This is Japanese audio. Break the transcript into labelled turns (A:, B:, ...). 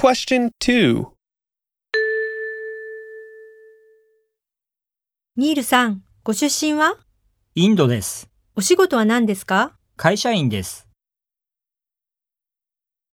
A: Question 2.
B: ニールさん、ご出身は
C: インドです。
B: お仕事は何ですか
C: 会社員です。